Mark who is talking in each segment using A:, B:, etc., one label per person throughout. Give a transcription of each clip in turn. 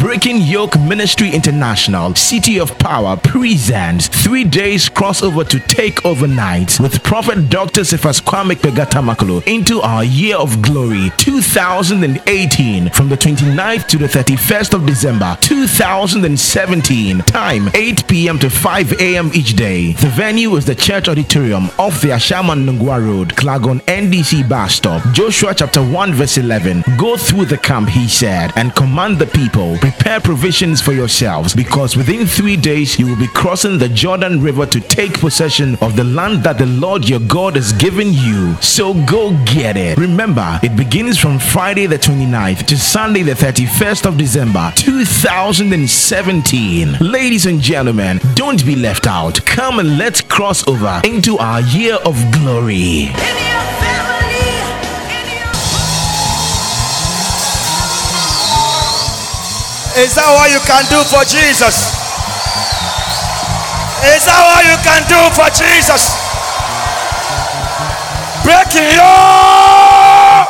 A: Breaking Yoke Ministry International, City of Power presents three days crossover to take over night with Prophet Dr. Cephas Kwame Pegatamakolo into our year of glory 2018 from the 29th to the 31st of December 2017. Time 8 p.m. to 5 a.m. each day. The venue is the church auditorium off the Ashaman Nungwa Road, Klagon NDC bus stop. Joshua chapter 1 verse 11. Go through the camp, he said, and command the people, prepare provisions for yourselves because within 3 days you will be crossing the Jordan River to take possession of the land that the Lord your God has given you. So go get it. Remember, it begins from Friday the 29th to Sunday the 31st of December 2017. Ladies and gentlemen, don't be left out. Come and let's cross over into our year of glory.
B: In your family, in your
C: Is that what you can do for Jesus? Is that what you can do for Jesus? Breaking your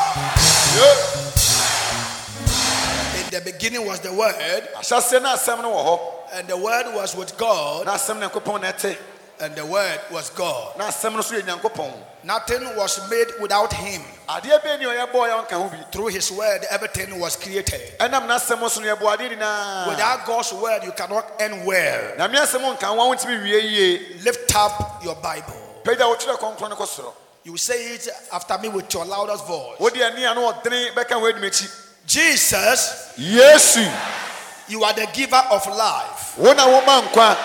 D: In the beginning was the Word,
C: ahyɛse no asɛm no wɔ hɔ
D: and the Word was with God,
C: na asɛm no nyankopɔn na ɛte
D: and the Word was God.
C: na asɛm no nso yɛ nyankopɔn
D: Nothing was made without Him.
C: adeɛ bɛɛ ni a ɔyɛbɔɔ yɛ wonka ho bi
D: Through His Word, everything was created.
C: ɛnam n'asɛm so no yɛbɔ adeɛ nyinaa
D: Without God's Word, you cannot end well.
C: nyame asɛm nka wo a wontumi wie yie
D: Lift up your Bible.
C: pagya wotwerɛ kɔnkrɔn no kɔ soro
D: You say it after me with your loudest voice.
C: wode ani a no ɔdene bɛka ho adim akyi
D: Jesus,
C: yesu
D: you are the giver of life.
C: wo na woma nkwa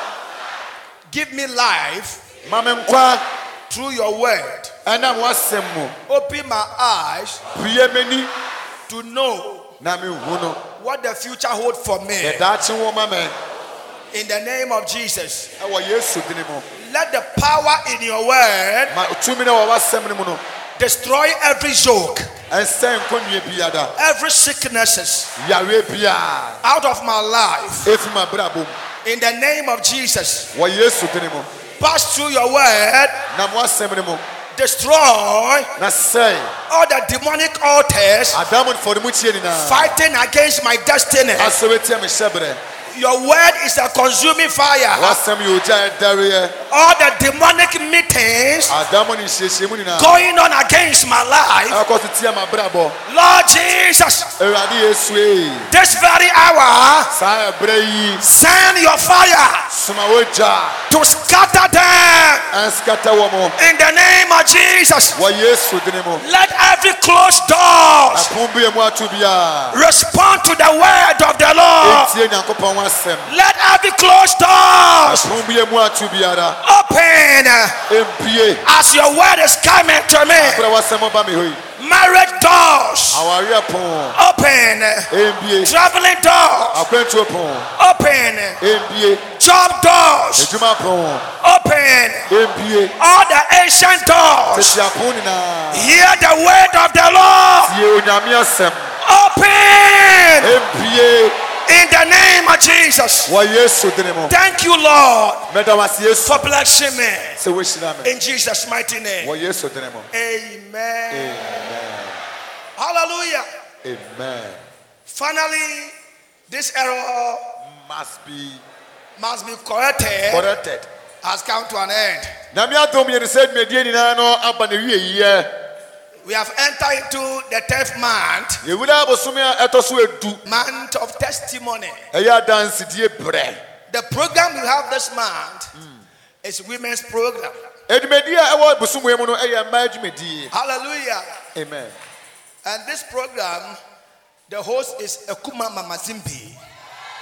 D: Give me life
C: ma me nkwa
D: through your Word.
C: ɛnam w'asɛm mu
D: Open my eyes
C: bue m'ani
D: to know
C: na mehu no
D: what the future holds for me.
C: yɛdaakye wo ma me
D: In the name of Jesus,
C: ɛwɔ yesu dene mu
D: let the power in your word
C: ma tumi no wɔ w'asɛm no mu no
D: destroy every yoke,
C: ɛnsɛn nkɔnnua biara da
D: every sicknesses
C: yareɛ biara
D: out of my life.
C: ɛfi ma brabɔ mu
D: In the name of Jesus,
C: wɔ yesu dene mu
D: pass through your word,
C: nam w'asɛm no mu
D: destroy all
C: na sɛe
D: the demonic altars
C: adamu fɔde mu kyie nyinaa
D: fighting against my destiny.
C: asɛ wɛtia me hyɛ berɛ
D: Your word is a consuming fire.
C: w'asɛm yɛ ogya ɛdareɛ
D: All the demonic meetings
C: adamu ne nhyehyiamu nyinaa
D: going on against my life.
C: ɛkɔ so tia ma brabɔ
D: Lord Jesus,
C: awurade yesu ee
D: this very hour,
C: saa ɛberɛ yi
D: send your fire.
C: soma wogya
D: to scatter them
C: ɛnskata wɔ mo
D: in the name of Jesus.
C: wɔ yesu dene mu
D: Let every closed door
C: apon bi mu ato biara
D: respond to the word of the Lord.
C: ɛntie nyankopɔn w'asɛm
D: Let every closed door
C: apon bi mu ato biara
D: open
C: ɛmpie
D: as your word is coming to me.
C: berɛ w'asɛm ba me hɔ yi
D: Marriage doors
C: awareɛ pon
D: open,
C: ɛmbie
D: traveling doors
C: akwantuo pon
D: open,
C: ɛmbie
D: job doors
C: adwuma pon
D: open,
C: ɛmbie
D: all the ancient doors.
C: tete pon nyinaa
D: Hear the word of the Lord
C: tie onyame asɛm
D: open
C: ɛmpie
D: in the name of Jesus.
C: wɔ yesu dene mu
D: Thank you, Lord,
C: mɛda wase yesu
D: for blessing me.
C: sɛ woahyira me
D: In Jesus' mighty name.
C: wɔ yesu dene mu
D: Amen.
C: amen
D: Hallelujah.
C: amen
D: Finally, this error
C: must be
D: must be corrected,
C: corrected
D: has come to an end.
C: nyame adom yɛne sɛ dwumadie nyinaa no aba ne wie yɛ
D: We have entered into the tenth month,
C: yɛwura abosome a ɛtɔ so edu
D: month of testimony.
C: ɛyɛ adansedie berɛ
D: The program we have this month is women's program.
C: adwumadie a ɛwɔ abosomwe mu no ɛyɛ mmaa adwumadie
D: Hallelujah.
C: amen
D: And this program, the host is Ekuma Mamazimbi.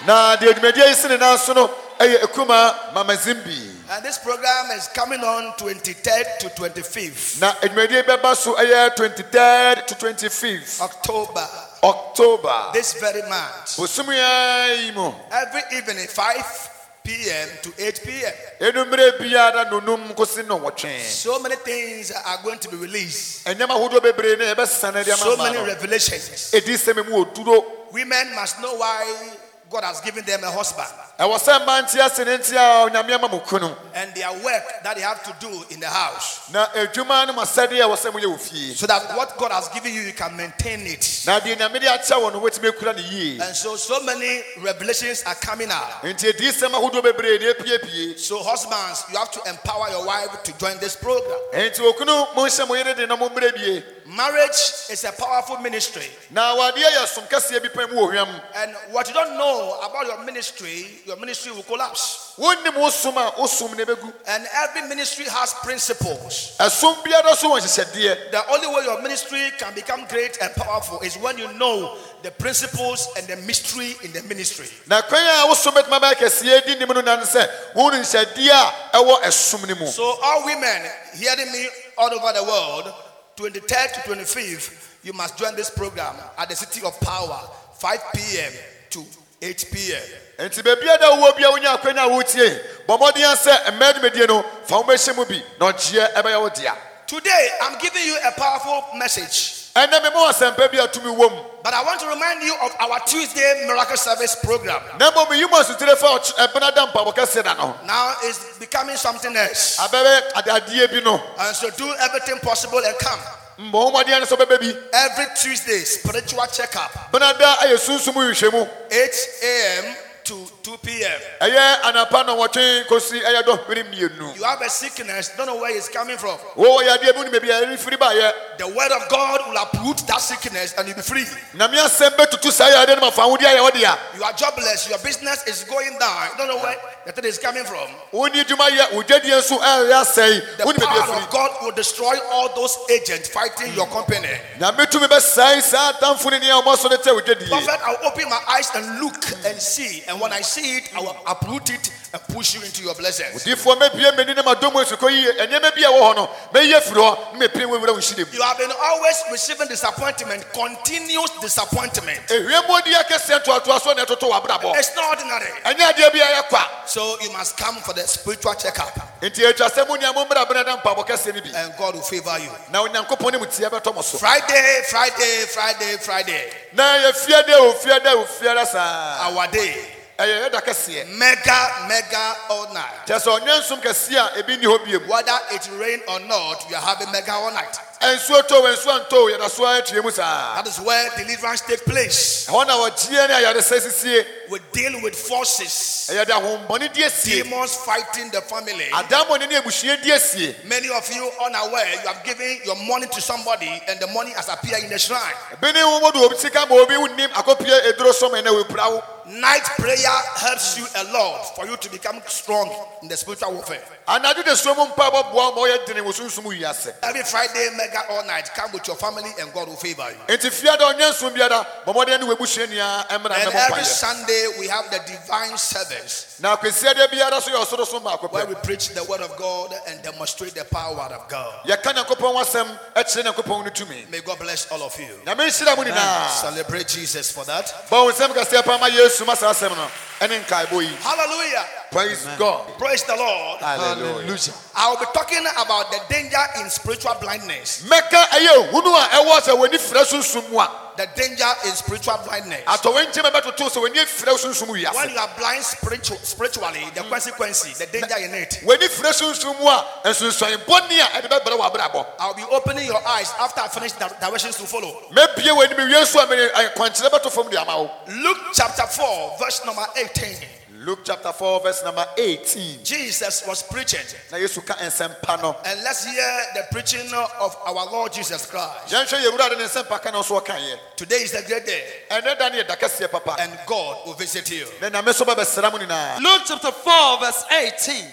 C: na deɛ dwumadie yi sene nanso no ɛyɛ akuma mamazimbi
D: And this program is coming on 23rd to 25th
C: na adwumadie bɛba so ɛyɛ 23rd to 25th
D: October,
C: october
D: this very month.
C: bosom yi mu
D: Every evening, 5 p.m. to 8 p.m.
C: enumere biara nonum kosi nnɔwɔtwe
D: So many things are going to be released,
C: ɛnyɛm ahodoɔ bebree ne yɛbɛsesa no de
D: so
C: ama ma
D: many
C: no
D: revelations.
C: ɛdi sɛm mu wɔduro
D: Women must know why God has given them a husband.
C: ɛwɔ sɛ mma nte ase ne nte a onyame ama mo kunu
D: and their work that they have to do in the house.
C: na adwuma no mo asɛdeɛ ɛwɔ sɛ moyɛ wɔ fie
D: So that what God has given you, you can maintain it.
C: na deɛ nyame de akyɛ wɔ no wobɛtumi akura ne yie
D: And so, so many revelations are coming out.
C: enti adiisɛm ahodoɔ bebree ne apiepie
D: So, husbands, you have to empower your wife to join this program.
C: enti okunu monhyɛ mo yere de na mommrɛ bie
D: Marriage is a powerful ministry.
C: na awadeɛ yɛ som kɛseɛ bi pɛn mu wɔ hwam
D: And what you don't know about your ministry, your ministry will collapse.
C: wonnim wo som a wo som ne bɛgu
D: And every ministry has principles.
C: ɛsom biara so wɔ nhyehyɛdeɛ
D: The only way your ministry can become great and powerful is when you know the principles and the mystery in the ministry.
C: na kwan a wo som bɛtumi abɛyɛ kɛseɛ di nim no na ne sɛ wohunu nhyɛdeɛ a ɛwɔ ɛsom no mu
D: So, all women hearing me all over the world, 23rd to 25th, you must join this program at the City of Power, 5 p.m. to 8 p.m.
C: Enti baabi a da wowɔ bia wonya akwanya a wotie, bɔ mmɔden a sɛ mmaa dwumadie no fa wo bɛhyɛ mu bi na ɔgyeɛ ɛbɛyɛ wo dea.
D: Today, I'm giving you a powerful message,
C: Ɛnnɛ mema wo asɛmpa bi a tumi wɔ mu.
D: but I want to remind you of our Tuesday Miracle Service program.
C: Na mmom yi mu asutire fa ɔkye- ɛbena da mpaabɔ kɛse da no.
D: Now it's becoming something else.
C: Abɛbɛ ade- adeɛ bi no.
D: And so do everything possible and come.
C: Mbɔ wo mmɔden a ne sɛ wobɛba bi.
D: Every Tuesday, spiritual checkup,
C: Bena da ayɛ sunsum nhwehwɛmu.
D: 8 a.m. to 2 p.m.
C: Ɛyɛ anapa nnɔwɔtwe kɔsi ɛyɛ dɔhwere mmienu.
D: You have a sickness, don't know where it's coming from.
C: Wowɔ yadeɛ bi wonim baabi a ɛremfiri baeɛ.
D: The word of God will uproot that sickness and you'll be free.
C: Nyame asɛm bɛtutu saa yadeɛ no ma fa wo deɛ ayɛ wo dea.
D: You are jobless, your business is going down. You don't know where the thing is coming from.
C: Wonni adwuma yɛ, wo dwadie nso ɛnyɛ asɛe.
D: The
C: Wonim baabi
D: power
C: afiri.
D: of God will destroy all those agents fighting your company.
C: nyame tumi bɛsae saa atamfo ne nea ɔmɔ so ne tɛ wo dwadie
D: Prophet, I'll open my eyes and look and see. And when I see it, I will uproot it and push you into your blessings.
C: difoɔ mɛbie m'ani na madɔmu asukɔ yie ɛnneɛma bi a ɛwɔ hɔ no mɛyɛ firi hɔ ne mɛpire wewura wo hyire mu
D: You have been always receiving disappointment, continuous disappointment.
C: ɛhwia mu odi akɛseɛ ntoatoa so ne ɛtoto w'abrabɔ
D: It's not ordinary.
C: ɛnyɛ adeɛ bi a yɛkwa
D: So you must come for the spiritual checkup,
C: enti atwa sɛ mu nea mommra bena da mpabɔ kɛseɛ no bi
D: and God will favor you.
C: na onyankopɔn ne mu tie bɛtɔ mo so
D: Friday, Friday, Friday, Friday,
C: na yɛfia dɛ ofia dɛ ofiara saa
D: our day.
C: ɛyɛ yɛda kɛseɛ
D: Mega, mega all night.
C: kyɛ sɛ ɔnyɛ nsom kɛseɛ a ebi nni hɔ biemu
D: Whether it rain or not, we are having mega all night.
C: ɛnsuo too ɛnsuo antoo yɛda so atua mu saa
D: That is where deliverance takes place.
C: ɛhɔ na wɔgyeɛ ne ayaresɛ sisie
D: We deal with forces.
C: ɛyɛde ahombɔne de asie
D: demons fighting the family.
C: adamu ne ne ebusua di esie
D: Many of you unaware, you have given your money to somebody and the money has appeared in the shrine.
C: ebi ne wɔn do obi sika ma obi nim akɔpie eduro sɔmɔ ɛna wepira wo
D: Night prayer helps you a lot for you to become strong in the spiritual warfare.
C: anadu de suomu mpa bɔ boa ma ɔyɛ dene wɔ sunsun yi ase
D: Every Friday, mega all night, come with your family and God will favor you.
C: eti fia dɛ ɔnyɛ nsun biara bɔmɔden ne webusua nia ɛmɛna
D: And
C: ɛmɛ mpa
D: every
C: yɛ
D: Sunday, we have the divine service
C: na akwesi ɛdeɛ biara so yɛ ɔsoro so mako
D: where
C: pɛ
D: we preach the word of God and demonstrate the power of God.
C: yɛka nyankopɔn wasɛm ɛkyerɛ nyankopɔn ne tumi
D: May God bless all of you.
C: nyame nhyira mu nyinaa
D: Celebrate Jesus for that.
C: bɔn nsɛm kɛseɛ pa ma yesu ma saa asɛm no ɛne nkaebo yi
D: Hallelujah.
C: praise god
D: Praise the Lord.
C: hallelujah
D: I will be talking about the danger in spiritual blindness.
C: mɛka ɛyɛ ohunu a ɛwɔ sɛ wɔn ani fira sunsun mu a.
D: The danger in spiritual blindness.
C: atɔwɛnkyɛm ɛbɛtoto sɛ w'ani afira sunsum
D: When
C: wiase
D: you are blind spiritual, spiritually, the consequences, the danger in it.
C: w'ani fira sunsum mu a nsunsuane bɔne a ɛde bɛbrɛ w'abrabɔ
D: I'll be opening your eyes after I finish the directions to follow.
C: mɛbie w'anim wie nso a mede ɛyɛ kwankyerɛ bɛto fam de ama wo
D: Luke chapter 4, verse number 18.
C: luke chapter 4 verse number 18
D: Jesus was preaching.
C: na yesu ka nsɛmpa no
D: And let's hear the preaching of our Lord Jesus Christ.
C: yɛnhwɛ yɛwurade ne nsɛmpa ka na ɔso ɔkaeɛ
D: Today is the great day,
C: ɛnɛ da ne yɛ da kɛseɛ papa
D: and God will visit you.
C: na nyame so bɛbɛsra mu nyinaa
E: Luke chapter 4, verse 18.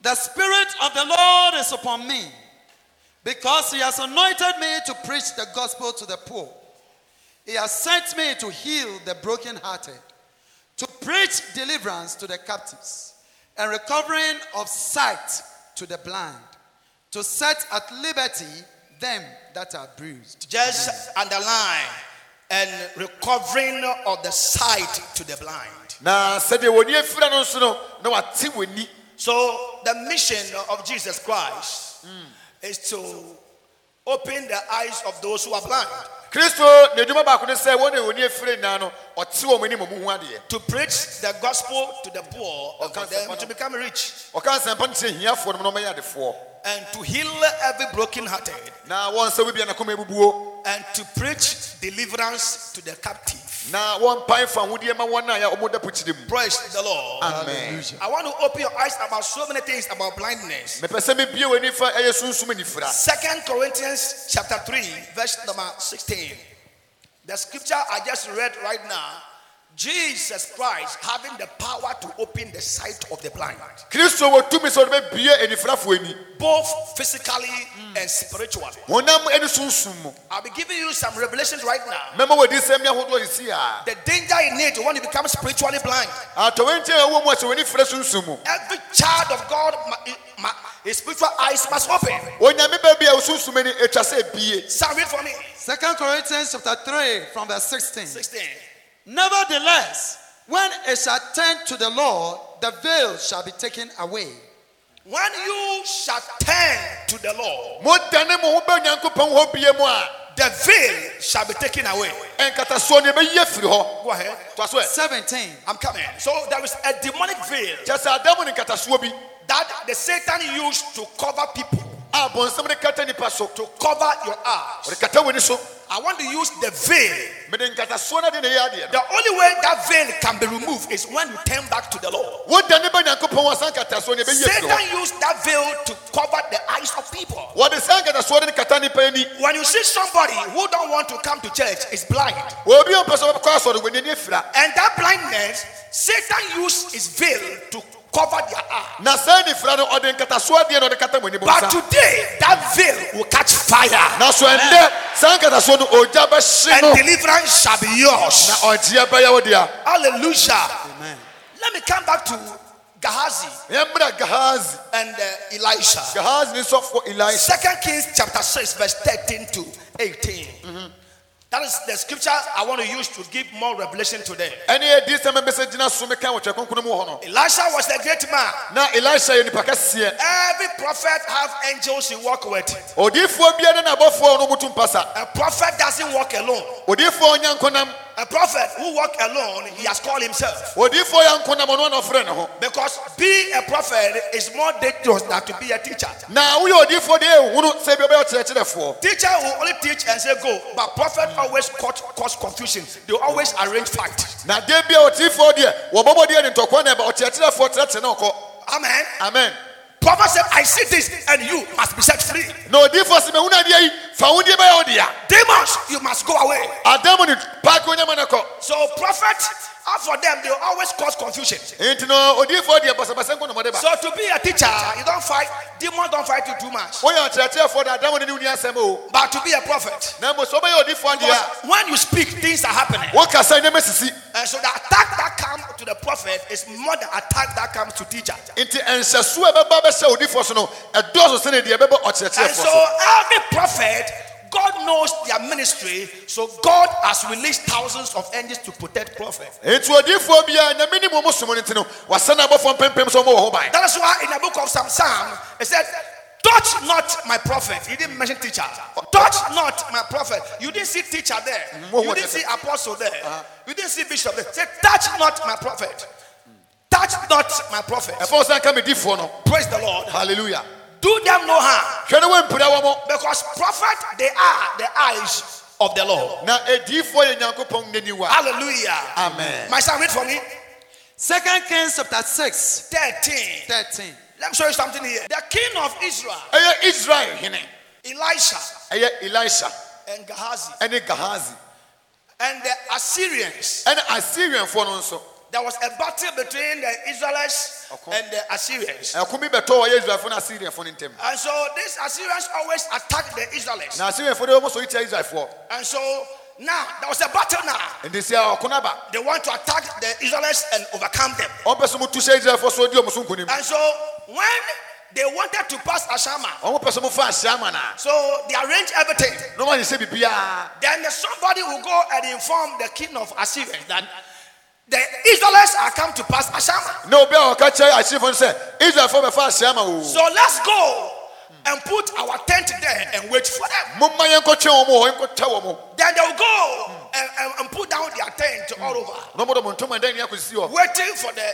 E: The Spirit of the Lord is upon me because He has anointed me to preach the gospel to the poor. He has sent me to heal the brokenhearted, to preach deliverance to the captives, and recovering of sight to the blind, to set at liberty them that are bruised.
D: Just underline and recovering of the sight to the blind.
C: na sɛdeɛ w'ani afira no nso no na wate w'ani
D: So the mission of Jesus Christ is to open the eyes of those who are blind.
C: kristo ne adwuma baako ne sɛ wɔn a wɔn afiri nyinaa no ɔte wɔn anim ɔmo ho adeɛ
D: to preach the gospel to the poor, and for them to become rich,
C: ɔka nsɛmpa no kyerɛ hiafoɔ no ma ɔmɛyɛ adefoɔ
D: and to heal every brokenhearted,
C: na wɔn nsa wobia nakoma abubuo
D: and to preach deliverance to the captive.
C: na wɔmpae fa ahodeɛ ma wɔn a ɔmo da pokyiri mu
D: Praise the Lord.
C: amen
D: I want to open your eyes about so many things about blindness.
C: mepɛ sɛ mebie w'ani fa ɛyɛ sunsum nifira
D: Second Corinthians chapter 3, verse number 16. The scripture I just read right now, Jesus Christ having the power to open the sight of the blind,
C: kristo wɔ tumi sɛ ɔde bɛbie anifirafoɔ ani
D: both physically and spiritually.
C: honam ɛne sunsum mu
D: I'll be giving you some revelations right now.
C: mɛma wɔadi sɛm ahodoɔ sisi a
D: The danger in it when you become spiritually blind.
C: atɔwɛnkyɛn a ɛwɔ mu a sɛ w'ani firɛ sunsum mu
D: Every child of God, ma- ma- his spiritual eyes must open.
C: onyame baabi a wosunsum ani atwa sɛ ebie
D: Sound it for me.
E: Second Corinthians chapter 3 from verse 16.
D: 16.
E: Nevertheless, when it shall turn to the Lord, the veil shall be taken away.
D: When you shall turn to the Lord,
C: modane mo ho bɛ onyankopɔn hɔ bie mu a
D: the veil shall be taken away.
C: ɛnkatasoɔ ne ɛbɛyi afiri hɔ
D: Go ahead.
C: toa so ɛ
E: 17.
D: I'm coming. So there is a demonic veil
C: kyɛ sɛ adamu ne nkatasoɔ bi
D: that the Satan used to cover people,
C: a bɔnsɛm ne Ah, kata nipa so
D: to cover your eyes.
C: ɔde kata w'ani so
D: I want to use the veil.
C: mede nkatasoɔ no ade ne ɛyɛ adeɛ no
D: The only way that veil can be removed is when you turn back to the Lord.
C: wodane bɛ onyankopɔn wɔ saa nkatasoɔ ne ɛbɛyi afiri hɔ
D: Satan used that veil to cover the eyes of people.
C: wɔde saa nkatasoɔ no ne kata nipa ani
D: When you see somebody who don't want to come to church is blind,
C: obi a ɔmpɛ sɛ wɔbɛkɔ asɔre w'ani ani afira
D: and that blindness, Satan used his veil to cover their eye.
C: na saa nifira no ɔde nkatasoɔ adeɛ no ɔde kata w'ani
D: But
C: bɔnsa
D: today, that veil will catch fire,
C: na so ɛndɛ saa nkatasoɔ no ogya bɛhye no oh.
D: and deliverance shall be
C: na
D: yours.
C: ɔgyeɛ bɛyɛ wo dea
D: Hallelujah.
E: Amen.
D: Let me come back to Gehazi
C: yɛmmra gahasi
D: and uh, Elisha.
C: gahasi ne sɔfoɔ elisa
D: Second Kings chapter 6, verse 13 to 18. That is the scripture I want to use to give more revelation today.
C: ɛne adi sɛm bɛsɛ gyina so meka wɔ twɛ kronkron mu wɔ hɔ no
D: Elisha was a great man.
C: na elisa yɛ nipa kɛseɛ
D: Every prophet have angels he walk with.
C: odiyifoɔ biara na abɔfoɔ no mutu mpa sa
D: A prophet doesn't walk alone.
C: odiyifoɔ ɔnyɛ nkonam
D: A prophet who walk alone, he has called himself.
C: odiyifoɔ yɛ nkonam ɔno ana ɔfrɛ ne ho
D: Because being a prophet is more dangerous than to be a teacher.
C: na woyɛ odiyifoɔ deɛ ɛhunu sɛ bi ɔbɛyɛ ɔkyerɛkyerɛfoɔ
D: Teacher will only teach and say go, but prophet always cause, cause confusion. They always arrange fight.
C: na deɛ bia ɔtiyifoɔ deɛ wɔbɔbɔ deɛ ne ntɔkwa na ɛba ɔkyerɛkyerɛfoɔ trɛkyerɛ ne ɔkɔ
D: Amen.
C: amen
D: Prophet said, I see this and you must be set free.
C: na odiyifoɔ sɛ mɛhunu adeɛ yi fa wo deɛ bɛyɛ wo dea
D: Demons, you must go away.
C: adamu ne paake onyama ne kɔ
D: So prophet, uh, for them, they always cause confusion.
C: enti no odiyifoɔ deɛ basabasa nkonamɔde ba
D: So to be a teacher, you don't fight. Demons don't fight you too much.
C: woyɛ ɔkyerɛkyerɛfoɔ deɛ adamu ne ne wo ni asɛm o
D: But to be a prophet,
C: na mmom sɛ wobɛyɛ odiyifoɔ deɛ a
D: because when you speak, things are happening.
C: wokasa nneɛma sisi
D: And so the attack that comes to the prophet is more than attack that comes to teacher.
C: nti nhyɛsoɔ a ɛbɛba bɛhyɛ odifoɔ so no ɛdɔɔso sene deɛ ɛbɛbɔ
D: And
C: ɔkyerɛkyerɛfoɔ
D: so
C: so
D: every prophet, God knows their ministry. So God has released thousands of angels to protect prophets.
C: nti odifoɔ biara nyame ne mu som no nti no wasane abɔfoɔ mpempem sɛ ɔmɔ wɔ ho ban
D: That is why in the book of Psalm, Psalm it said, Touch not my prophet. He didn't mention teacher. Touch not my prophet. You didn't see teacher there.
C: what
D: You
C: was
D: didn't
C: it?
D: see apostle there. You didn't see bishop there. Say, touch not my prophet. Touch not my prophet.
C: ɛfɔ sɛ nka medifoɔ no
D: Praise the Lord.
C: halleluya
D: Do them no harm.
C: hwɛ ne wampira wɔ mɔ
D: Because prophet, they are the eyes of the Lord.
C: na adiyifoɔ yɛ nyankopɔn n'aniwa
D: Hallelujah.
C: Amen.
D: My son, read for me.
E: Second Kings chapter 6,
D: 13.
E: 13.
D: Let me show you something here. The king of Israel,
C: ɛyɛ israel hene
D: Elisha
C: ɛyɛ elisa
D: and Gehazi,
C: ɛne gahasi
D: and the Assyrians.
C: ɛne asirianfoɔ no nso
D: There was a battle between the Israelites
C: Okay.
D: and the Assyrians.
C: ɛko bi bɛtɔ wɔyɛ israelfoɔ ne asirianfoɔ no ntam
D: And so these Assyrians always attack the Israelites.
C: na asirianfoɔ de wɔmɔ so yitia israelfoɔ
D: And so now there was a battle now.
C: nti sɛ ɔko no aba
D: They want to attack the Israelites and overcome them.
C: ɔmpɛ so motu hyɛ israelfoɔ so di ɔmo so nkonim
D: And so when they wanted to pass Ashama,
C: ɔmo pɛ so mofa ahyia ama naa
D: so they arranged everything.
C: na ɔmo ayɛ sɛ biribiaa
D: Then somebody will go and inform the king of Assyria that the Israelites are come to pass Ashama.
C: na obi a ɔka kyerɛ ahyirifo no sɛ israelfoɔ bɛfa ahyia ma o
D: So let's go and put our tent there and wait for them.
C: momma yɛnkɔkyɛ wɔn mu wɔ hɔ, yɛnkɔtɛ wɔn mu
D: Then Then they will go and, and, and put down their tent all over,
C: na ɔmɔdɔ mo ntoma dan ni akɔsi hɔ
D: waiting for the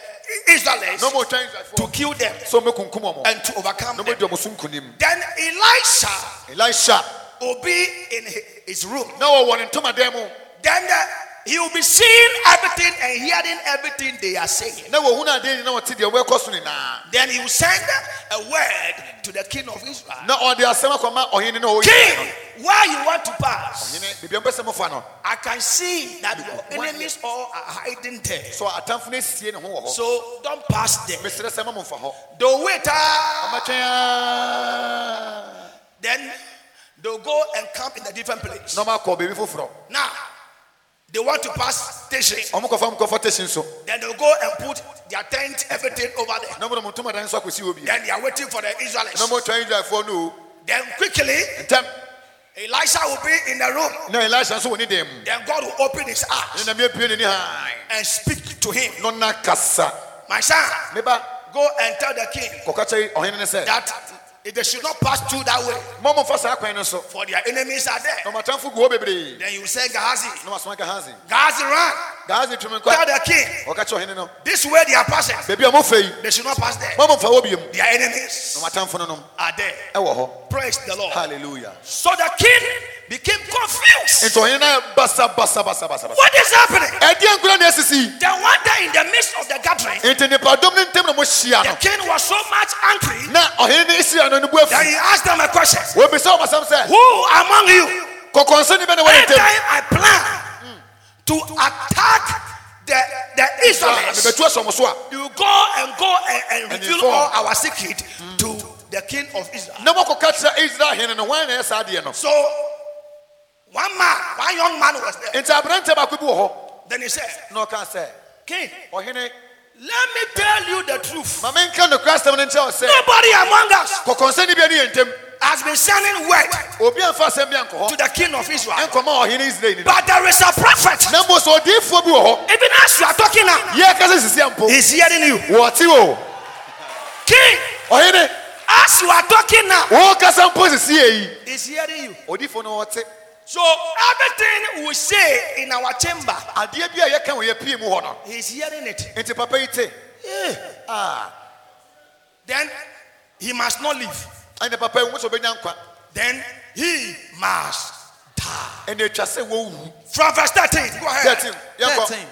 D: Israelites
C: na ɔmɔ twɛn israelfoɔ
D: to kill them
C: so ɔmɔ kunkum ɔmɔ
D: and to overcome
C: na
D: them.
C: ɔmɔ di ɔmɔ so nkunim
D: Then Elisha
C: elisha
D: will be in hi- his room.
C: na wɔwɔ ne ntoma dan mu
D: Then the- he will be seeing everything and hearing everything they are saying.
C: na wɔhunu adeɛ nyinaa wɔte deɛ wɔrekɔ so nyinaa
D: Then he will send a word to the king of Israel.
C: na ɔde asɛm akɔma ɔhene na ɔwɔ
D: King,
C: Israel
D: where you want to pass,
C: no hene beebi a mpɛ sɛ mofa no
D: I can see that your enemies all are hiding there.
C: so atamfo no asie ne ho wɔ hɔ
D: So don't pass them.
C: mesrɛ sɛ ma momfa hɔ
D: They'll wait. ah,
C: ɔmatwɛn aa
D: Then they'll go and camp in a different place.
C: na ɔmakɔ baabi foforɔ
D: Now, they want to pass station.
C: ɔmokɔfa mokɔfa tesin so
D: Then they'll go and put their tent, everything over there.
C: na mode mo ntoma dan so akɔsi hɔ bi
D: Then they are waiting for the Israelites.
C: na motwɛn israelfoɔ no o
D: Then quickly,
C: ntɛm
D: Elisha will be in the room.
C: na elisha nso wɔ ne dan mu
D: Then God will open his
C: ne
D: eyes
C: nam yɛpie n'ani haa
D: and speak to him.
C: no na kasa
D: My son,
C: me ba
D: go and tell the king
C: kɔka kyɛ ɔhene ne sɛ
D: that they should not pass through that way,
C: ma momfa saa kwan no so
D: for their enemies are
C: na
D: there.
C: ɔmatamfo gu hɔ bebree
D: Then you say, Gahazi,
C: na wasoma gahaze
D: Gahazi, run.
C: gahaze tumi
D: Tell
C: nkɔ
D: the king,
C: ɔka kyɛ ɔhene no
D: this way they are passing.
C: baabi a mofa yi
D: They should not pass there.
C: ma momfa hɔ biom
D: Their enemies
C: na matamfo no nom
D: are there.
C: ɛwɔ hɔ
D: Praise the Lord.
C: hallelujah
D: So the king became confused.
C: nti ɔhene no basa basa basa basa basa
D: What is happening?
C: ɛdeɛ nkura na ɛsisi yi?
D: Then one day in the midst of the gathering,
C: nti nipadɔm ne ntɛm na mohyia
D: the
C: no
D: king was so much angry
C: na ɔhene no israel no ne bu
D: that
C: afi
D: he asked them a question.
C: wɔbisa wɔmasɛm sɛ
D: Who among you
C: kɔkɔnsɛne bɛ ne wɔyɛ
D: Anytime
C: ntɛm
D: I plan to attack the, the Israelites,
C: mebɛtu asɔ mo so a
D: you go and go and, and Mm.
C: And
D: reveal
C: inform.
D: all our secret to the king of Israel.
C: na mɔkɔka kyerɛ israel hene no hwan na ɛyɛ saa adeɛ no
D: So one man, one young man was there.
C: nti aberantɛ baako bi wɔ hɔ
D: Then he said,
C: na ɔkaa sɛ
D: King,
C: ɔhene
D: let me tell you the truth.
C: ma menka nokora asɛm no nkyerɛ wo sɛ
D: Nobody among us
C: kɔkɔnsɛne bia ne yɛ ntɛm
D: has been sending word
C: obi amfa asɛm bi ankɔ
D: to
C: hɔ
D: the king of Israel.
C: ɛnkɔma ɔhene israel ni no
D: But there is a prophet.
C: na mmo sɛ ɔdiifoɔ bi wɔ hɔ
D: Even as you are talking now,
C: yɛka sɛ sisi a mpo
D: he's hearing you.
C: wɔte o
D: King,
C: ɔhene
D: as you are talking now,
C: wɔkasa mpo sisiyɛ yi
D: he's hearing you.
C: odiifoɔ no wɔte
D: So everything we say in our chamber,
C: adeɛ bi a yɛka wɔ yɛ pii mu hɔ no
D: he's hearing it.
C: nti papa yi te
D: Then he must not leave.
C: ɛne papa yi wo sɛ ɔbɛnya nkwa
D: Then he must die.
C: ɛne atwa sɛ wɔwu
D: From verse 13, go ahead.
C: 13
E: 13.
C: yɛkɔ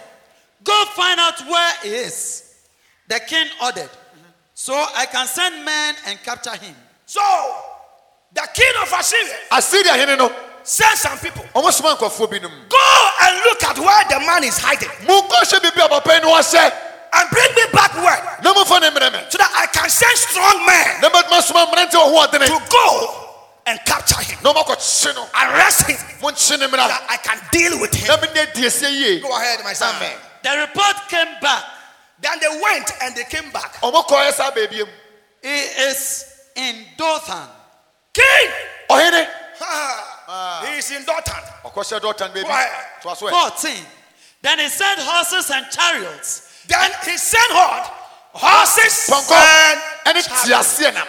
E: Go find out where he is. The king ordered. So I can send men and capture him.
D: So the king of Assyria
C: asiria hene no
D: sent some people.
C: ɔmo soma nkɔfoɔ binom
D: Go and look at where the man is hiding
C: monkɔhyɛ biribi a papa yi no wɔhyɛ
D: and bring me back word
C: na momfa ne mmerɛ me
D: so that I can send strong men
C: na mɛtuma soma mmerante wɔ ho ɔdene
D: to go and capture him,
C: na ɔmakɔkye no
D: arrest him,
C: monkye ne
D: so
C: mmra
D: that I can deal with him.
C: na mene adiesie yie
D: Go ahead, my son.
C: Amen.
E: The report came back.
D: Then they went and they came back.
C: ɔmo kɔɔyɛ saa baabia mu
E: He is in Dothan.
D: King,
C: ɔhene
D: Ah. He is in Dothan.
C: ɔkɔhyɛ dɔtan
D: Why?
C: baabi toa so ɛ
E: 14. Then he sent horses and chariots.
D: Then he sent hord horses
C: pɔnkɔ
D: and
C: ɛne teaseɛ nam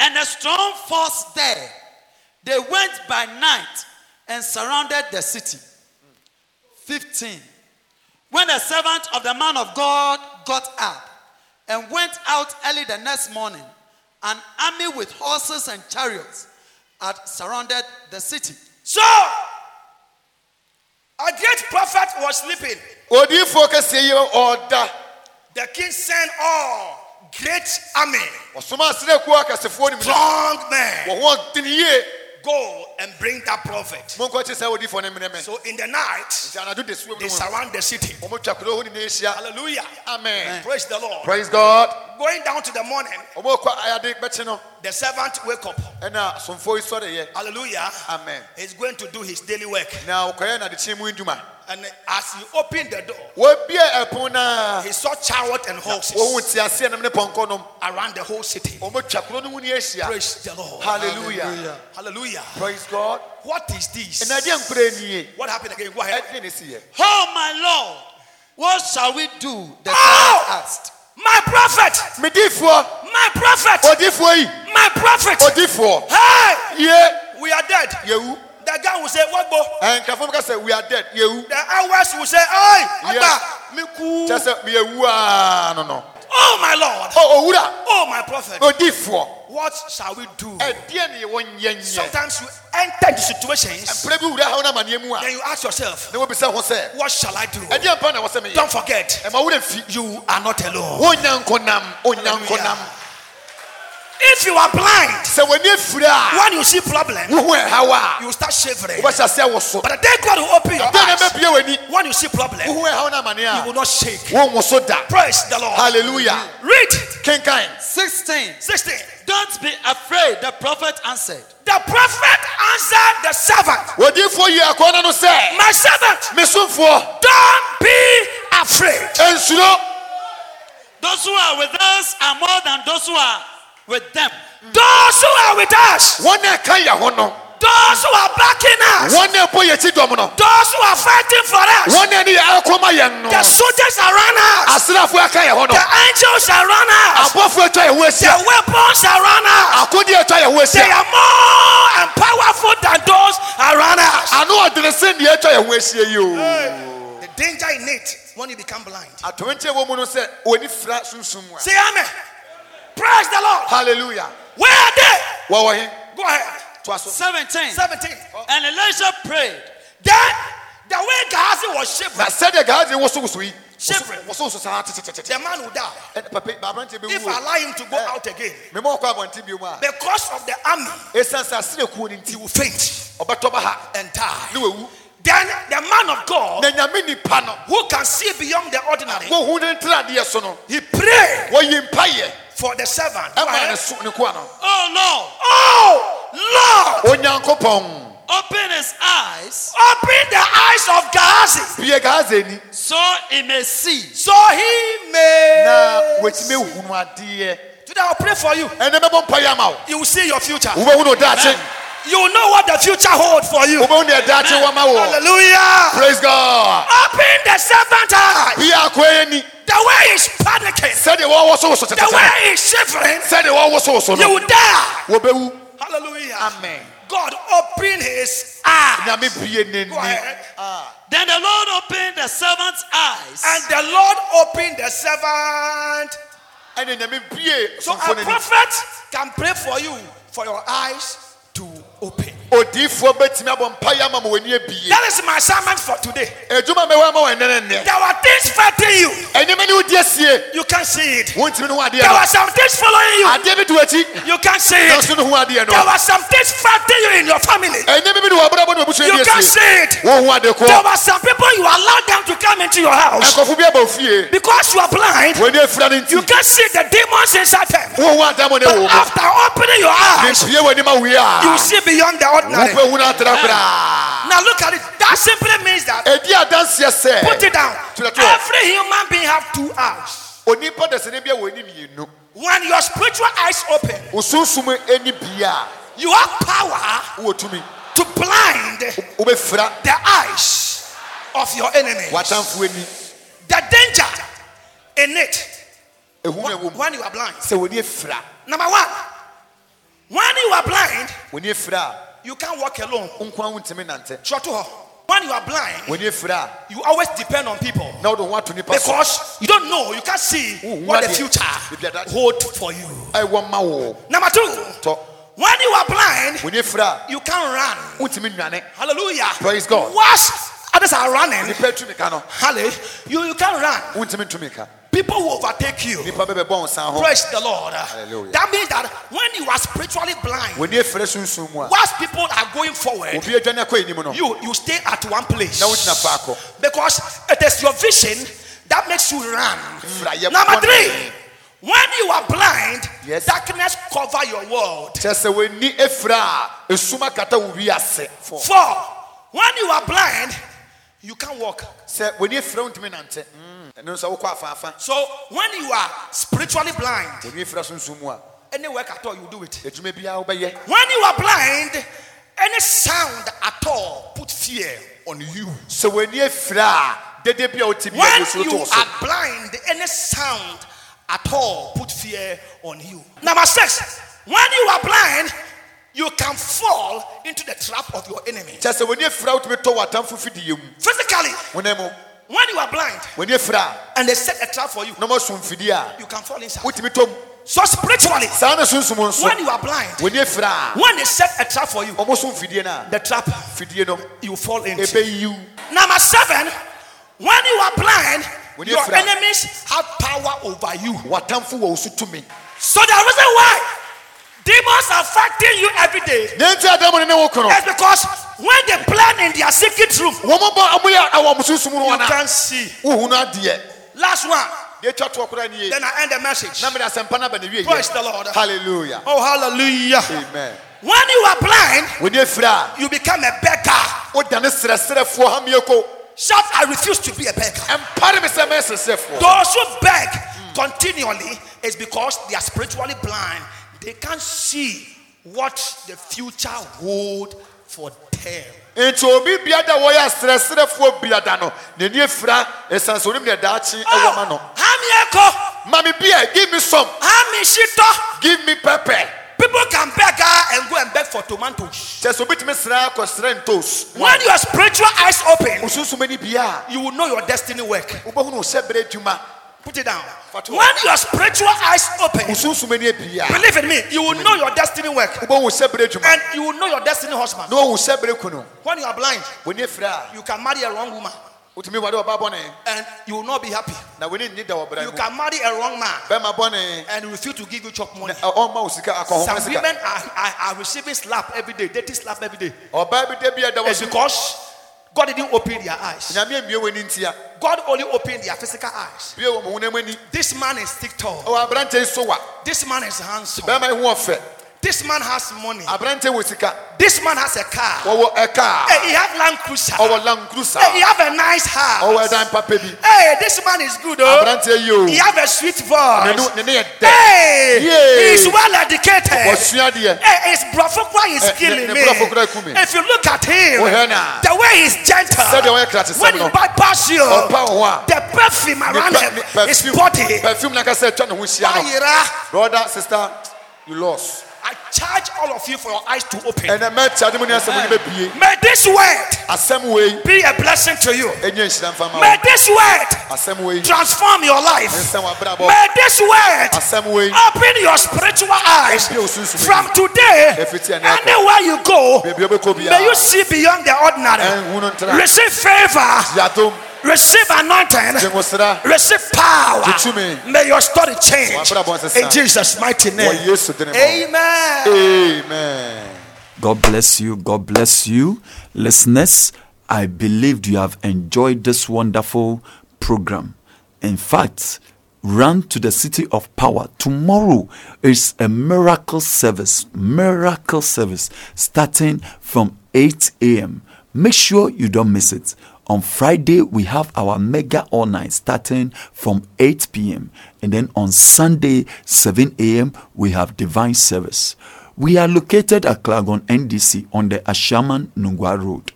E: And a strong force there. They went by night and surrounded the city. 15. When the servant of the man of God got up and went out early the next morning, an army with horses and chariots had surrounded the city.
D: So a great prophet was sleeping.
C: odiifoɔ kɛseɛ yi ɔda
D: The king sent all great army,
C: ɔsoma aserɛkuo akɛsefoɔ nim no
D: strong men,
C: wɔ ho ɔdene yie
D: go and bring that prophet.
C: monkɔkye saa odiifoɔ no mmerɛ me
D: So in the night,
C: nti anadwo de suom
D: they
C: no mu
D: surround the city.
C: ɔmotwa kuro hɔ nyinaa ahyia
D: Hallelujah.
C: amen
D: Praise the Lord.
C: praise god
D: Going down to the morning,
C: ɔmo kɔ ayade bɛkye no
D: the servant wake up.
C: ɛna asomfoɔ yi sɔreyɛ
D: Hallelujah.
C: amen
D: He's going to do his daily work.
C: na ɔkɔyɛ nadekyeɛ mu ndwuma
D: And as he opened the door,
C: wɔbia ɛpon no a
D: he saw chariot and
C: wɔhu
D: horses
C: teaseɛ nam ne pɔnkɔ nom
D: around the whole city.
C: ɔmotwa kuro no mu ne ahyia
D: Praise the Lord.
C: halleluya
D: Hallelujah.
C: praise god
D: What is this?
C: ɛna adeɛ nkora nie
D: What happened again? Go ahead.
C: ɛdeɛ ne siyɛ
E: Oh, my Lord, what shall we do? The
D: Oh!
E: servant asked.
D: My prophet!
C: medifoɔ
D: My prophet!
C: odifoɔ yi
D: My prophet!
C: odifoɔ
D: Hey!
C: yie
D: We are dead.
C: yɛwu
D: The guy will say, What bo?
C: And Kafum can say, We are dead. You
D: The hours will say, Oi,
C: Yes.
D: Abba, me cool.
C: just say, We are wah, no, no.
D: Oh, my Lord.
C: Oh, Owura,
D: Oh, my prophet.
C: no, D4.
D: What shall we do?
C: A dear, you won't yen.
D: Sometimes you enter the situations
C: Prebi Ura, how na mania mua.
D: and you ask yourself,
C: No, be so, say.
D: What shall I do?
C: A dear pana was a me.
D: Don't forget,
C: And I wouldn't feed you.
D: you are not alone.
C: Onyankonam, Onyankonam.
D: If you are blind,
C: So when you fura,
D: when you see problem,
C: who were Hawa,
D: you start shivering.
C: what shall say was so.
D: But the day God will open your
C: Then I
D: eyes,
C: may be when you
D: when you see problem, you
C: who were Hawa Mania,
D: will not shake.
C: one was so dark.
D: Praise the Lord.
C: Hallelujah.
D: Read
C: King kind.
E: 16.
D: 16.
E: Don't be afraid, the prophet answered.
D: The prophet answered the servant,
C: Wɔdiifoɔ yi akɔnɔ no sɛ,
D: My servant,
C: "Mesomfoɔ,
D: don't be afraid.
C: ensuro,
E: Those who are with us are more than those who are with them.
D: Those who are with us,
C: wɔn a ɛka yɛn ho no,
D: those who are backing us,
C: wɔn a ɛbɔ yɛn akyi dɔm no,
D: those who are fighting for us,
C: wɔn a ɛne yɛn akɔma yɛn no,
D: the soldiers around us,
C: asraafoɔ a ɛka yɛn ho no,
D: the angels around us,
C: abɔfoɔ a atwa yɛn ho
D: the
C: ahyia,
D: weapons around us,
C: akodeɛ a atwa yɛn ho
D: they
C: ahyia,
D: are more and powerful than those around us.
C: ano ɔdenese deɛ atwa yɛn ho ahyia yi o."
D: The danger in it when you become blind.
C: Atɔnkyɛ wɔ mu no sɛ, "Onni fira sunsum a."
D: Say amen. Praise the Lord.
C: Hallelujah.
D: Where are they?
C: Wɔwɔ he?
D: Go ahead.
C: Toa so.
E: 17.
D: 17.
E: And Elisha prayed.
D: Then the way Gehazi was
C: Na
D: shivering,
C: sɛdeɛ Gehazi wosowoso yi,
D: Shivering.
C: wosowoso saa tetetete.
D: the man will die
C: Ɛn- papa- aberanteɛ bɛwu
D: if
C: o.
D: I allow him to go
C: Eh,
D: out again.
C: mema ɔkɔ abɔnten bio mu a,
D: Because of the army,
C: ɛsiane sɛ aserekuo no nti,
D: he will faint
C: ɔbɛtɔ ba ha
D: and die.
C: na wawu.
D: Then the man of God
C: na nyame nipa no
D: who can see beyond the ordinary,
C: wohu ne ntradeɛ so no
D: he prayed
C: wɔyi mpayɛ
D: for the servant. Go
C: ɛma ne
D: ahead.
C: so ne koa no
E: Oh
D: Oh Lord,
C: onyankopɔn
E: Lord, open his eyes
D: open the eyes of Gehazi
C: bie gaasani
E: so he may see.
D: so he may.
C: na watumi hunu adeɛ
D: Today I'll pray for you.
C: ɛnɛ mɛbɔ mpayɛ ama wo
D: You will see your future.
C: wobɛhu ne ɔdaakye
D: You will know what the future holds for you.
C: wobɛhu ne ɛdaakye wama wɔ
D: Hallelujah.
C: praise god
D: Open the servant eyes.
C: bie akoa ani
D: The way he's panicking,
C: sɛdeɛ wɔwɔ so woso
D: the way
C: tetete
D: he's shivering,
C: sɛdeɛ wɔwɔ so woso
D: you
C: no
D: will die.
C: wɔbɛwu
D: Hallelujah.
C: amen
D: God open his eyes.
C: nyame bie
D: Go
C: n'ani
D: ahead.
E: Then the Lord opened the servant's eyes.
D: And the Lord opened the servant.
C: ɛne nyame bie
D: So
C: somfo
D: a
C: no ani
D: prophet can pray for you for your eyes to open.
C: odiifoɔ bɛtumi abɔ mpayɛ ama ma w'ani abie
D: That is my assignment for today.
C: adwuma mɛwɔ ama wɔ ɛnɛ ne nnɛ
D: There are things fighting you.
C: ɛnyɛma ne wodi asie
D: You can't see it.
C: wontimi ne ho adeɛ
D: There
C: no
D: are some things following you.
C: adeɛ bi to akyi
D: You can't see it.
C: nanso ne ho adeɛ
D: There
C: no
D: are some things fighting you in your family.
C: ɛnyɛma bi ne wɔabrabɔ ne wabusua
D: You
C: bi
D: can't see
C: asie
D: it.
C: woho ade
D: There
C: korɔ
D: are some people you allow them to come into your house
C: ɛkɔfo bi aba ofie
D: because you are blind.
C: w'ani afira no
D: You
C: nti
D: can't see the demons inside them.
C: woho adammɔ ne
D: But
C: wo ho
D: after opening your eyes,
C: mempie w'anim awie
D: you
C: a
D: see beyond the ordinary.
C: wopɛhu no atra koraa
D: Now look at it. That simply means that
C: ɛdi adanseɛ
D: put
C: sɛ
D: it down.
C: Eh, To the twelve.
D: Every human being have two eyes.
C: onipa dɛsɛne bi a wɔani mmienu
D: When your spiritual eyes open,
C: wo sunsum ani bia a
D: you have power
C: wowɔ tumi
D: to blind
C: wobɛfira
D: the eyes of your enemy.
C: w'atamfoɔ ani
D: The danger in it
C: ɛhu na ɛwɔ mu
D: when you are blind.
C: sɛ w'ani afira
D: Number one, when you are blind,
C: w'ani afira
D: you can't walk alone.
C: a nko a wontimi nante
D: Shoto ho. When you are blind,
C: w'ani afira
D: you always depend on people
C: a na wode wo ho ato nipa so
D: because you don't know, you can't see
C: Ooh,
D: what the
C: what the-
D: future
C: If you're that-
D: hold for you.
C: ɛwɔ ma wo
D: Number two,
C: tɔ
D: when you are blind,
C: w'ani afira
D: you can't run.
C: a wontimi nnwane
D: Hallelujah.
C: Praise God.
D: Whilst others are running,
C: nipa tumi ka no
D: hallelujah, you, you can't run.
C: wontumi ntumi ka
D: People will overtake you.
C: nipa bɛbɛbɔ nsa ho
D: Praise the Lord.
C: Hallelujah.
D: That means that when you are spiritually blind,
C: w'ani afira sunsum mu a
D: whilst people are going forward,
C: obi adwane akɔ anim no
D: you you stay at one place.
C: na wogyina faako
D: Because it is your vision that makes you run.
C: Fra- yɛ
D: Number
C: bɔne.
D: three, when you are blind,
C: Yes.
D: darkness cover your world.
C: kyerɛ sɛ w'ani afira a esum akata wo wi ase Four.
D: Four, when you are blind, you can't walk.
C: sɛ w'ani afira wontumi nante Mm, ɛno nso wokɔ afaafa
D: So when you are spiritually blind,
C: w'ani afira sunsum mu a
D: any work at all you do it.
C: adwuma biara wobɛyɛ
D: When you are blind, any sound at all put fear on you.
C: sɛ w'ani afira a dede bi a wote bi
D: When
C: wosuro
D: you
C: to wo so
D: are blind, any sound at all put fear on you. Number six, when you are blind, you can fall into the trap of your enemy.
C: kyɛ sɛ wɔni afira wotumi tɔ wɔ atamfo fidiyɛ mu
D: Physically,
C: wo nan mu
D: when you are blind
C: wɔni afira
D: and they set a trap for you,
C: a na moasom fidie a
D: you can fall inside.
C: wotumi tɔ mu
D: So spiritually,
C: saa na sunsum nso
D: when you are blind,
C: wɔni afira a
D: when they set a trap for you,
C: ɔmosom fidie no a
D: the trap
C: fidie no
D: you fall into.
C: ɛbɛyiw
D: Number seven, when you are blind,
C: When you
D: your
C: frown.
D: enemies have power over you.
C: w'atamfo wɔ wo so tumi
D: So the reason why demons are fighting you every day
C: na nti adamu ne ne wo ko no
D: is because when they plan in their secret room,
C: wɔmɔbɔ ɔmoyɛ awɔ mo sunsum no
D: you
C: wɔna
D: can see.
C: wohu no adeɛ
D: Last one,
C: deɛ twa toɔ koraa ne yie
D: then I end the message.
C: na mede asɛmpa no aba ne
D: Praise
C: wieɛ
D: the Lord.
C: halleluya
D: Oh, hallelujah.
C: amen
D: When you are blind,
C: wɔni afira a
D: you become a beggar.
C: wodane serɛserɛfoɔ hameɛ ko
D: Shout, I refuse to be a beggar.
C: ɛmpare me sɛ mɛyɛ serɛserɛfoɔ
D: Those who beg continually is because they are spiritually blind. They can't see what the future hold for them.
C: nti obi biada a wɔyɛ aserɛserɛfoɔ biada no n'ani afira ɛsiane sɛ onim ne daakye ɛwɔ ma no
D: Oh, Hamieko,
C: ma me bia give me some
D: Hamishito.
C: give me pepper
D: People can beg ah, and go and beg for tomatoes.
C: kyɛ sɛ obɛtumi sra akɔserɛ ntos
D: When your spiritual eyes open,
C: osunsum ani bia
D: you will know your destiny work.
C: a wobɛhu no sɛ berɛ adwuma
D: Put it down.
C: Fatu.
D: When your spiritual eyes open,
C: osunsum ani abia
D: believe in me, you will know your destiny work.
C: wobɛhu sɛ berɛ adwuma
D: And you will know your destiny husband.
C: na wohu sɛ berɛ ku no
D: When you are blind,
C: w'ani afira a
D: you can marry a wrong woman
C: wotumi wade ɔba bɔne
D: and you will not be happy.
C: na w'ani nni da wɔ
D: You
C: berɛ mu
D: can marry a wrong man
C: bɛma bɔne
D: and refuse to give you chop money.
C: na ɔmma wo sika akɔhomne
D: Some
C: sika
D: women are, are, are receiving slap every day, dating slap every day.
C: ɔbaa bi da bia da wɔ
D: It's
C: so
D: because God didn't open their eyes.
C: nyame ammie w'ani ntia
D: God only opened their physical eyes.
C: bie wɔ mo honam ani
D: This man is thick tall.
C: ɔwɔ aberantɛ yi so wa
D: This man is handsome.
C: bɛma ihu ɔfɛ
D: This man has money.
C: aberantɛ wɔ sika
D: This man has a car.
C: wɔwɔ ɛka
D: Hey, he has Land Cruiser.
C: a ɔwɔ lankrusa
D: Hey, he have a nice
C: ɔwɔ
D: house.
C: ɛdan papa bi
D: Hey, this man is good. Oh.
C: aberantɛ yi o
D: He
C: ne
D: have a sweet
C: ne-
D: voice.
C: ne ne yɛ dɛ
D: Hey,
C: Yeah.
D: he is well educated.
C: wɔsua deɛ
D: Hey, his brofokwa is
C: Eh, ne-
D: killing
C: ne
D: me.
C: brofokra kumi.
D: If you look at him,
C: Ohɛ na.
D: the way he's
C: Sɛdeɛ
D: gentle,
C: ɔyɛ kratisɛm
D: when
C: no.
D: he bypass you,
C: ɔpa wo ho a
D: the perfume around
C: pe-
D: him,
C: perfume-
D: his body.
C: perfume na kasa atwa ne ho hyia no
D: Ayira.
C: brother sister you lost
D: I charge all of you for your eyes to open.
C: ɛnɛ mɛkyia de mu ne asɛm wo ne bɛbie
D: May this word
C: asɛm wei
D: be a blessing to you.
C: ɛnyɛ nhyira mfa ma
D: May
C: wo
D: this word
C: asɛm wei
D: transform your life.
C: ɛnsɛn wabrabɔ
D: May this word
C: asɛm wei
D: open your spiritual eyes.
C: Ebie wo sunsum
D: From
C: ani.
D: today,
C: Ɛfiti ɛnnɛ ɛkɔ.
D: anywhere you go,
C: beebi ɔbɛkɔ
D: may you
C: biara
D: see beyond the ordinary.
C: ɛnhu no ntena
D: Receive favor,
C: yadom
D: receive anointing,
C: gyengosera
D: receive power.
C: Tutumi.
D: May your story change
C: Wabrabɔ nsesa.
D: in Jesus' mighty
C: wɔ
D: name.
C: yesu dene mu
D: Amen.
C: amen
F: God bless you. God bless you. Listeners, I believed you have enjoyed this wonderful program. In fact, run to the city of power. Tomorrow is a miracle service. Miracle service starting from 8 a.m. Make sure you don't miss it. On Friday, we have our mega all night starting from 8 p.m. And then on Sunday, 7 a.m., we have divine service. We are located at Clagon NDC on the Ashaman Nungwa Road.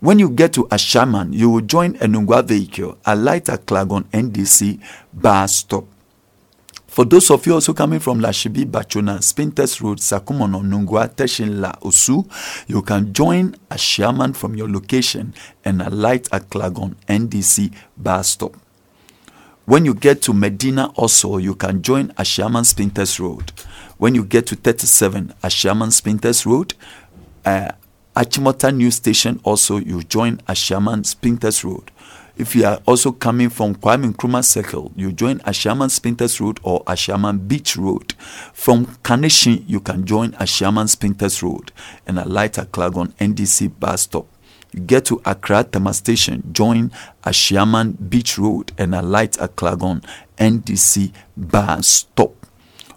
F: When you get to Ashaman, you will join a Nungwa vehicle, alight at Clagon NDC bar stop. For those of you also coming from Lashibi, Bachona, Spintes Road, Sakumono, Nungwa, Teshin, La Osu, you can join a shaman from your location and alight at Clagon NDC bus stop. When you get to Medina also, you can join Ashaman Spintes Road. When you get to 37 Ashaman Spintes Road, uh, Achimota News Station also, you join Ashaman Spintes Road. If you are also coming from Kwame Nkrumah Circle, you join Ashaman Spintes Road or Ashaman Beach Road. From Kaneshin, you can join Ashaman Spintes Road and alight at Klagon NDC bus stop. You get to Accra Tama Station, join Ashiaman Beach Road and alight at Klagon NDC bus stop.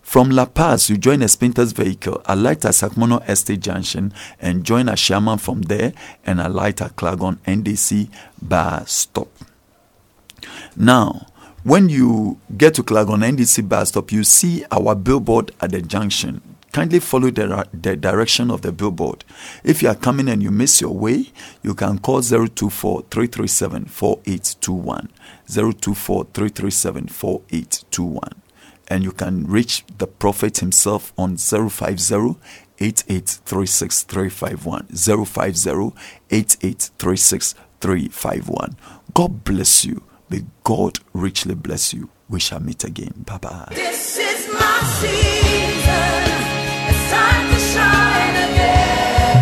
F: From La Paz, you join a Spinter's vehicle, alight at Sakmono Estate Junction, and join Ashiaman from there and alight at Klagon NDC bus stop. Now, when you get to Klagon NDC bus stop, you see our billboard at the junction. Kindly follow the, ra- the direction of the billboard. If you are coming and you miss your way, you can call 024 337 4821. 024 337 4821. And you can reach the prophet himself on 050 050-8836-351. 050-8836-351. God bless you. May God richly bless you. We shall meet again. Bye bye.
B: This is my season. It's time to shine again.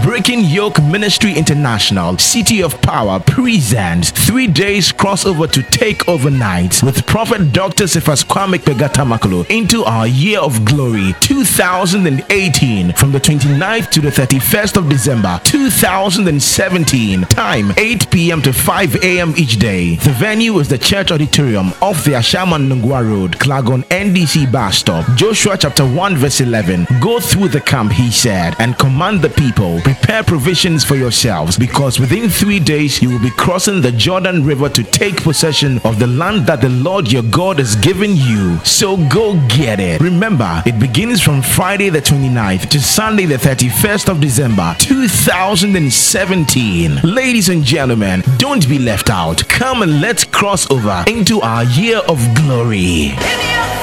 A: Breaking Yoke Ministry International, City of Power presents three days crossover to take over nights with Prophet Dr. Sifas Kwame Pegatamakolo into our year of glory 2018 from the 29th to the 31st of December 2017. Time 8 p.m. to 5 a.m. each day. The venue is the church auditorium off the Ashaman Nungwa Road, Klagon NDC bus stop. Joshua chapter 1 verse 11. Go through the camp, he said, and command the people, prepare provisions for yourselves, because within three days you will be crossing the Jordan River to take possession of the land that the Lord your God has given you. So go get it. Remember, it begins from Friday the 29th to Sunday the 31st of December 2017. Ladies and gentlemen, don't be left out. Come and let's cross over into our year of glory.
B: In your